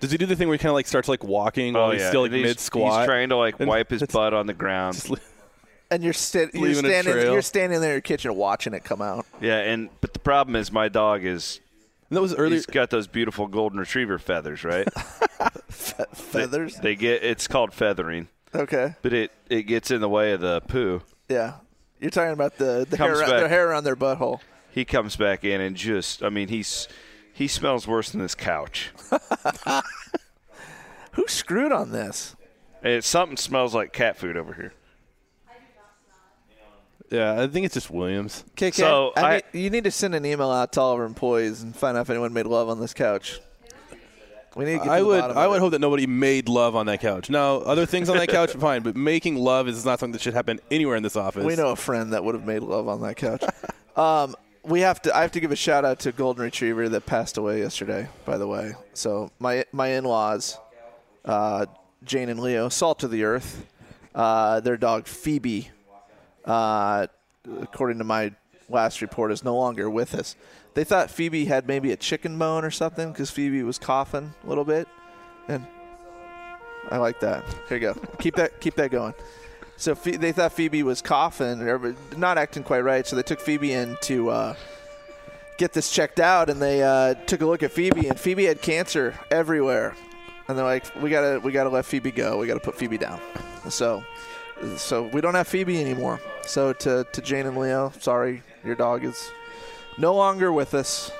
H: Does he do the thing where he kind of like starts like walking while he's still like
F: Oh, And he's-
H: mid squat?
F: He's trying to like
H: And
F: wipe his butt on the ground.
G: And you're, sta- you're
H: Leaving a
G: standing,
H: trail.
G: you're standing there in your kitchen watching it come out.
F: yeah, and but the problem is my dog is
H: that was earlier.
F: he's got those beautiful golden retriever feathers, right?
G: Feathers.
F: they get it's called feathering,
G: Okay.
F: but it it gets in the way of the poo.
G: Yeah. You're talking about the, the hair,
F: Comes
G: the
F: back.
G: hair around their butthole.
F: He comes back in and just I mean he's he smells worse than this couch.
G: Who screwed on this?
F: And It, something smells like cat food over here.
H: yeah, I think it's just Williams.
G: KK,
F: So,
G: I
F: I-
G: need- you need to send an email out to all of our employees and find out if anyone made love on this couch. We need to get to
H: I
G: the
H: would
G: bottom
H: I
G: of
H: would
G: it.
H: hope that nobody made love on that couch. Now, other things on that couch, fine, but making love is not something that should happen anywhere in this office.
G: We know a friend that would have made love on that couch. um, we have to. I have to give a shout out to a golden retriever that passed away yesterday. By the way, so my my in laws, uh, Jane and Leo, salt of the earth. Uh, their dog Phoebe, uh, according to my last report, is no longer with us. They thought Phoebe had maybe a chicken bone or something because Phoebe was coughing a little bit, and I like that. Here you go. keep that keep that going. So Phe- they thought Phoebe was coughing or not acting quite right, so they took Phoebe in to uh, get this checked out, and they uh, took a look at Phoebe, and Phoebe had cancer everywhere, and they're like, "We gotta, we gotta let Phoebe go. We gotta put Phoebe down." So, so we don't have Phoebe anymore. So to to Jane and Leo, sorry, your dog is no longer with us.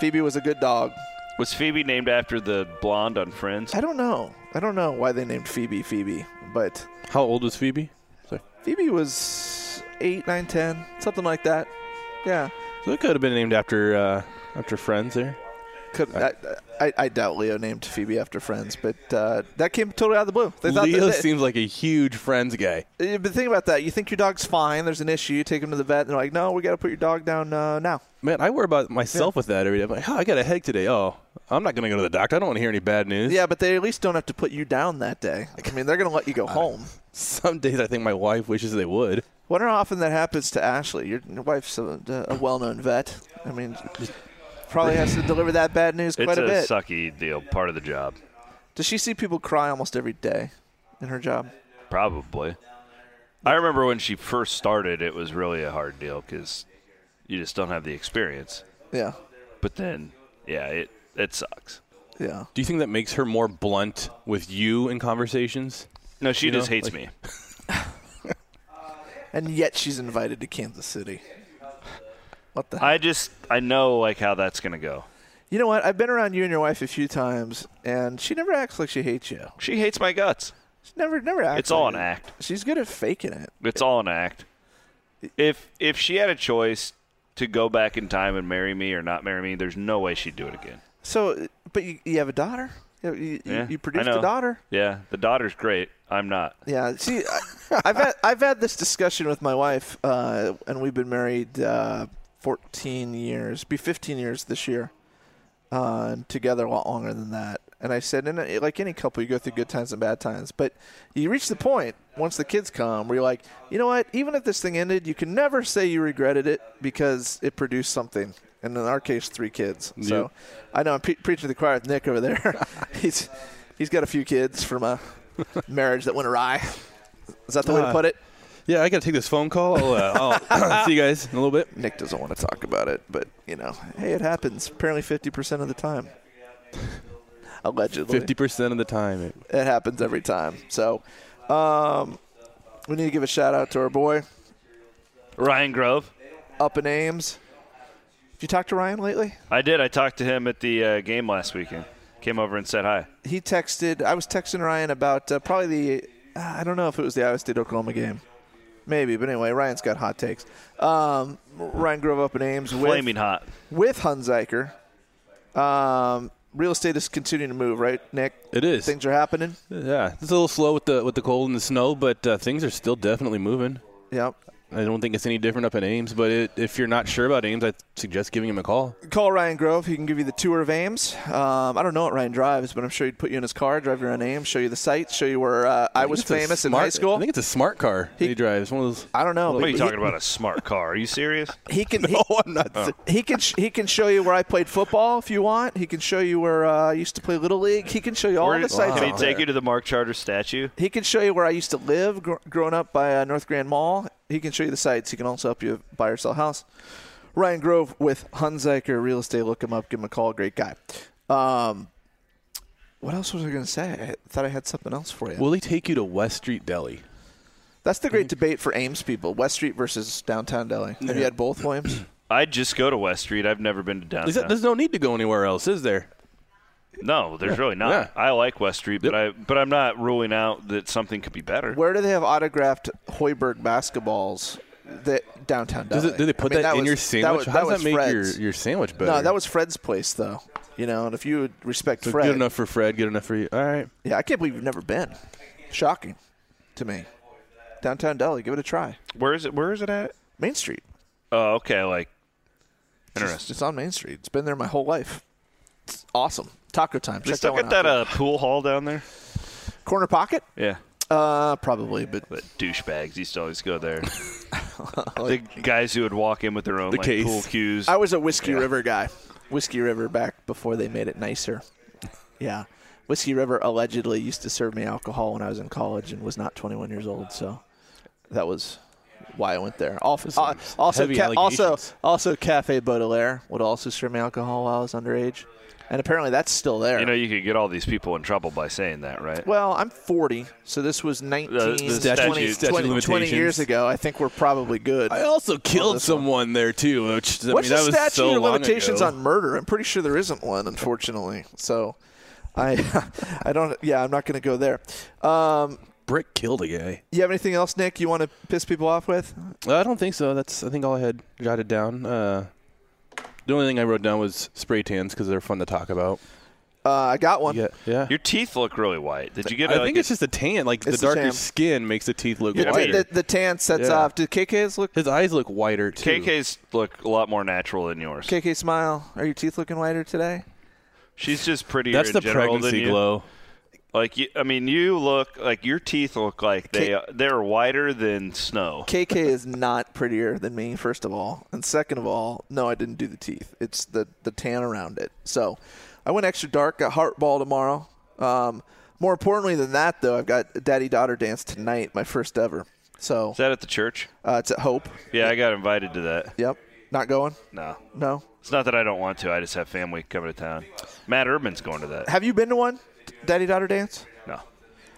G: Phoebe was a good dog.
F: Was Phoebe named after the blonde on Friends?
G: I don't know. I don't know why they named Phoebe Phoebe, but
H: How old is Phoebe?
G: Phoebe was eight, nine, ten, something like that. Yeah,
H: So it could have been named after uh, after Friends there.
G: Could, I, I, I doubt Leo named Phoebe after Friends, but uh, that came totally out of the blue. They thought
H: Leo
G: that they,
H: seems like a huge Friends guy.
G: Yeah, But think about that. You think your dog's fine. There's an issue. You take him to the vet. And they're like, no, we got to put your dog down uh, now.
H: Man, I worry about myself with that every day. I'm like, oh, I got a headache today. Oh, I'm not going to go to the doctor. I don't want to hear any bad news.
G: Yeah, but they at least don't have to put you down that day. I mean, they're going to let you go home.
H: Some days I think my wife wishes they would.
G: Wonder how often that happens to Ashley. Your, your wife's a, a well-known vet. I mean, probably has to deliver that bad news quite
F: It's
G: a,
F: a
G: bit.
F: sucky deal, part of the job,
G: Does she see people cry almost every day in her job?
F: probably. I remember when she first started, it was really a hard deal because you just don't have the experience.
G: Yeah,
F: But then, yeah, it it sucks.
G: yeah.
H: Do you think that makes her more blunt with you in conversations?
F: No, she just
H: know,
F: hates
H: like-
F: me.
G: And yet she's invited to Kansas City. What the? heck?
F: I just I know like how that's gonna go.
G: You know what? I've been around you and your wife a few times, and she never acts like she hates you.
F: She hates my guts.
G: She never, never acts.
F: It's all
G: like
F: an
G: it.
F: act.
G: She's good at faking it.
F: It's all an act. If if she had a choice to go back in time and marry me or not marry me, there's no way she'd do it again.
G: So, but you, you have a daughter. You, you,
F: Yeah,
G: you
F: I
G: produced a
F: know.
G: daughter.
F: Yeah, the daughter's great. I'm not.
G: Yeah. See, I, I've had I've had this discussion with my wife, uh, and we've been married uh, 14 years, be 15 years this year, uh, and together a lot longer than that. And I said, and uh, like any couple, you go through good times and bad times, but you reach the point once the kids come where you're like, you know what? Even if this thing ended, you can never say you regretted it because it produced something. And in our case, three kids. So I know I'm pre- preaching to the choir with Nick over there. he's he's got a few kids from a marriage that went awry. Is that the way to
H: Uh,
G: put it?
H: Yeah, I got to take this phone call. I'll, uh, I'll see you guys in a little bit.
G: Nick doesn't want to talk about it, but you know, hey, it happens. Apparently, fifty percent of the time, allegedly,
H: 50% of the time.
G: it happens every time. So, um, we need to give a shout out to our boy
F: Ryan Grove.
G: up in Ames. Have you talked to Ryan lately?
F: I did. I talked to him at the uh, game last weekend. Came over and said hi.
G: He texted. I was texting Ryan about uh, probably the. Uh, I don't know if it was the Iowa State Oklahoma game, maybe. But anyway, Ryan's got hot takes. Um, Ryan Grove up in Ames. with-
F: Flaming hot.
G: with Hunziker. Um, real estate is continuing to move, right, Nick?
H: It is.
G: Things are happening.
H: Yeah, it's a little slow with the with the cold and the snow, but uh, things are still definitely moving.
G: Yep.
H: I don't think it's any different up in Ames, but it, if you're not sure about Ames, I suggest giving him a call.
G: Call Ryan Grove. He can give you the tour of Ames. Um, I don't know what Ryan drives, but I'm sure he'd put you in his car, drive you around Ames, show you the sites, show you where uh, I, was
H: It's a
G: famous in
H: smart-
G: high school.
H: I think it's a smart car he,
G: He-
H: he drives. One of those.
G: I don't know.
F: What are
G: but
F: you
G: he-
F: talking about? A smart car? Are you serious?
G: He can. he-
H: Oh, I'm not. si-
G: He can sh- he can show you where I played football if you want. He can show you where uh, I used to play little league. He can show you all
F: Where-
G: the sites.
F: Can he
G: out
F: take
G: there.
F: you to the Mark Charter statue?
G: He can show you where I used to live gr- growing up by uh, North Grand Mall. He can show you the sites. He can also help you buy or sell a house. Ryan Grove with Hunziker Real Estate. Look him up. Give him a call. Great guy. Um, what else was I going to say? I thought I had something else for you.
H: Will he take you to West Street Deli?
G: That's the
H: mm.
G: great debate for Ames people West Street versus downtown Delhi. Have you had both, Williams?
F: I'd just go to West Street. I've never been to downtown.
H: Is that, there's no need to go anywhere else, is there?
F: no, there's really not.
H: Yeah.
F: I like West Street, but I but I'm not ruling out that something could be better.
G: Where do they have autographed Hoiberg basketballs? That downtown Delhi.
H: Does it, do they put
G: I mean,
H: that, in
G: was-
H: your
G: that
H: sandwich?
G: was-
H: How does
G: was
H: that make your,
G: Fred's.
H: your uh, sandwich better?
G: No, that was Fred's place, though. You know, and if you would respect
H: So
G: Fred,
H: good enough for Fred. Good enough for you. All right.
G: Yeah, I can't believe you've never been. Shocking to me. Downtown Delhi, give it a try.
F: Where is it? Where is it at?
G: Main Street.
F: Oh, okay. Like
G: It's, it's on Main Street. It's been there my whole life. It's awesome. Taco time.
F: they
G: Check
F: still
G: that one
F: got
G: out.
F: that uh, pool hall down there.
G: Corner pocket?
F: Yeah.
G: Uh, probably, but
F: But douchebags used to always go there. the guys who would walk in with their own like,
H: case.
F: pool cues.
G: I was a Whiskey River guy. Whiskey River back before they made it nicer. Yeah. Whiskey River allegedly used to serve me alcohol when I was in college and was not 21 years old, so that was why I went there. Al- uh, also,
H: heavy
G: ca- also,
H: allegations.
G: also, Cafe Baudelaire would also serve me alcohol while I was underage, and apparently that's still there.
F: you know, you could get all these people in trouble by saying that, right?
G: well, I'm 40, so this was 19,
F: statute-
G: 20,
F: statute of
G: 20 20 years
H: limitations.
G: ago. I think we're probably good.
H: I also killed
G: this one.
H: someone there too. Which, I
G: What's
H: mean,
G: the
H: that was
G: statute
H: so
G: of
H: long
G: limitations
H: ago.
G: on murder? I'm pretty sure there isn't one, unfortunately. So, I, I don't. Yeah, I'm not going to go there. Um,
H: Brick killed a guy.
G: you have anything else, Nick? You want to piss people off with?
H: Uh, I don't think so. That's I think all I had jotted down. Uh, the only thing I wrote down was spray tans because they're fun to talk about.
G: Uh, I got one.
H: Yeah, yeah.
F: Your teeth look really white. Did you get?
H: I
F: like,
H: think
F: a-
H: it's just a tan. Like the
G: It's the
H: darker
G: tan.
H: skin makes the teeth look
G: The,
F: Yeah, I
H: whiter.
G: the, the tan sets
H: Yeah.
G: off. Did KK's look?
H: His eyes look whiter too.
F: KK's look a lot more natural than yours.
G: KK smile. Are your teeth looking whiter today?
F: She's just prettier
H: That's
F: in
H: the
F: general than
H: pregnancy
F: you.
H: glow.
F: Like you, I mean, you look like your teeth look like they they're whiter than snow.
G: KK is not prettier than me, first of all, and second of all, no, I didn't do the teeth. It's the the tan around it. So, I went extra dark. Got heart ball tomorrow. Um, more importantly than that, though, I've got daddy daughter dance tonight, my first ever. So
F: Is that at the church?
G: uh, it's at Hope.
F: Yeah, I got invited to that.
G: Yep, not going.
F: No,
G: No.
F: it's not that I don't want to. I just have family coming to town. Matt Urban's going to that.
G: Have you been to one, daddy daughter dance?
F: No,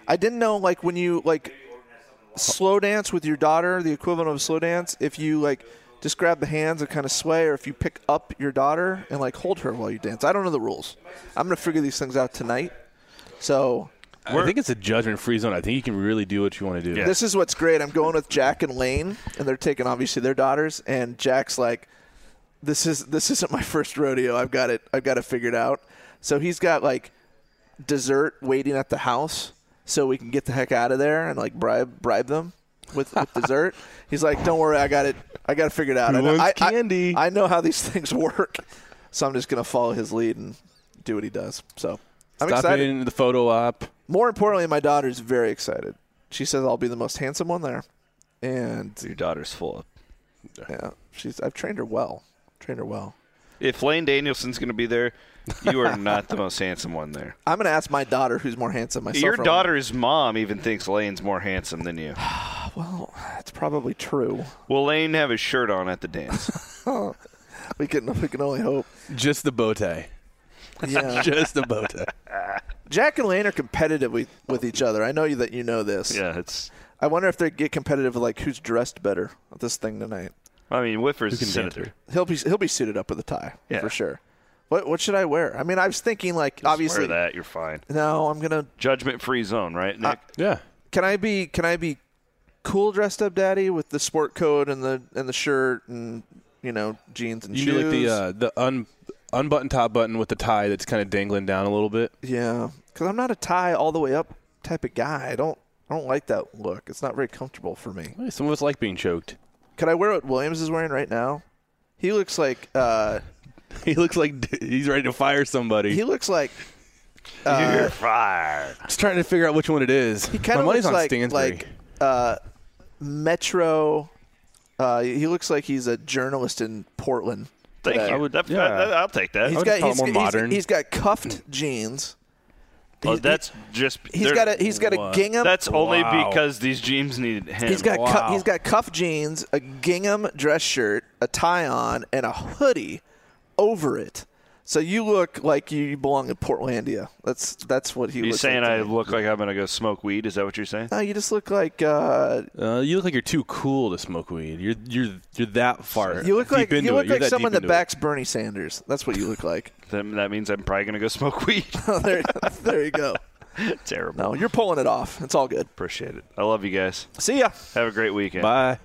G: I didn't know like when you like slow dance with your daughter, the equivalent of a slow dance, if you like just grab the hands and kind of sway, or if you pick up your daughter and like hold her while you dance. I don't know the rules. I'm gonna figure these things out tonight. So
H: I think it's a judgment free zone. I think you can really do what you want to do.
F: Yeah.
G: this is what's great. I'm going with Jack and Lane, and they're taking obviously their daughters. And Jack's like, "This is this isn't my first rodeo. I've got it. I've got it figured out." So he's got like dessert waiting at the house, so we can get the heck out of there and like bribe bribe them with, with dessert. He's like, "Don't worry, I got it. I got it figured out.
H: Who
G: I know,
H: wants
G: I, I-
H: candy?"
G: I know how these things work, so I'm just gonna follow his lead and do what he does." So I'm
H: Stop
G: excited.
H: in the photo op.
G: More importantly, my daughter's very excited. She says I'll be the most handsome one there, and
F: your daughter's full of.
G: yeah, she's I've trained her well. Trained her well.
F: If Lane Danielson's going to be there, you are not the most handsome one there.
G: I'm gonna ask my daughter who's more handsome. Myself,
F: Your
G: or-
F: daughter's mom even thinks Lane's more handsome than you.
G: Well, that's probably true.
F: Will Lane have his shirt on at the dance?
G: We can we can only hope.
H: Just the bow tie.
G: Yeah.
H: Just the bow tie.
G: Jack and Lane are competitive with, with each other. I know you that you know this.
F: yeah, it's.
G: I wonder if they get competitive with like who's dressed better at this thing tonight.
F: I mean, Whiffer's a
H: can dance
F: senator.
G: He'll be he'll be suited up with a tie
F: Yeah.
G: for sure. What what should I wear? I mean, I was thinking like obviously
F: Wear that. You're fine.
G: no, I'm gonna
F: Judgment-free zone, right, Nick?
H: Yeah.
G: can I be can I be cool dressed up daddy with the sport coat and the and the shirt and you know jeans and
H: You
G: shoes?
H: do like the uh, the un unbuttoned top button with the tie that's kind of dangling down a little bit.
G: yeah, because I'm not a tie all the way up type of guy. I don't I don't like that look. It's not very comfortable for me.
H: Hey, Some of us like being choked.
G: Could I wear what Williams is wearing right now? He looks like uh,
H: He looks like d- he's ready to fire somebody.
G: he looks like
F: You're fired.
H: Just trying to figure out which one it is.
G: he kind
H: My
G: of
H: money's
G: looks
H: on
G: like
H: Stansbury.
G: like uh, Metro. Uh, he looks like he's a journalist in Portland.
F: Thank
G: today.
F: you.
H: I would-
F: That-
H: yeah.
F: that- I'll take that.
H: I
G: He's
H: would
G: got
H: call it
G: he's,
H: more
G: he's-
H: modern.
G: he's got cuffed jeans.
F: Oh,
G: He's-
F: that's just.
G: He's
F: they're-
G: got a he's got a
H: What?
G: gingham.
F: That's only
H: Wow.
F: because these jeans needed him.
G: he's got
H: Wow.
G: cu- he's got cuff jeans, a gingham dress shirt, a tie on, and a hoodie over it. So you look like you belong in Portlandia. That's that's what he.
F: You
G: looks
F: saying
G: like
F: I
G: to me.
F: look like I'm gonna go smoke weed? Is that what you're saying?
G: No, you just look like uh,
H: Uh, you look like you're too cool to smoke weed. You're you're you're that far.
G: you look
H: deep
G: like
H: into
G: you
H: it.
G: look
H: You're
G: like
H: that
G: someone
H: deep
G: that
H: into it.
G: backs Bernie Sanders. That's what you look like.
F: Then that means I'm probably gonna go smoke weed.
G: there, there you go.
F: Terrible.
G: No, you're pulling it off. It's all good.
F: Appreciate it. I love you guys.
G: See ya.
F: Have a great weekend.
H: Bye.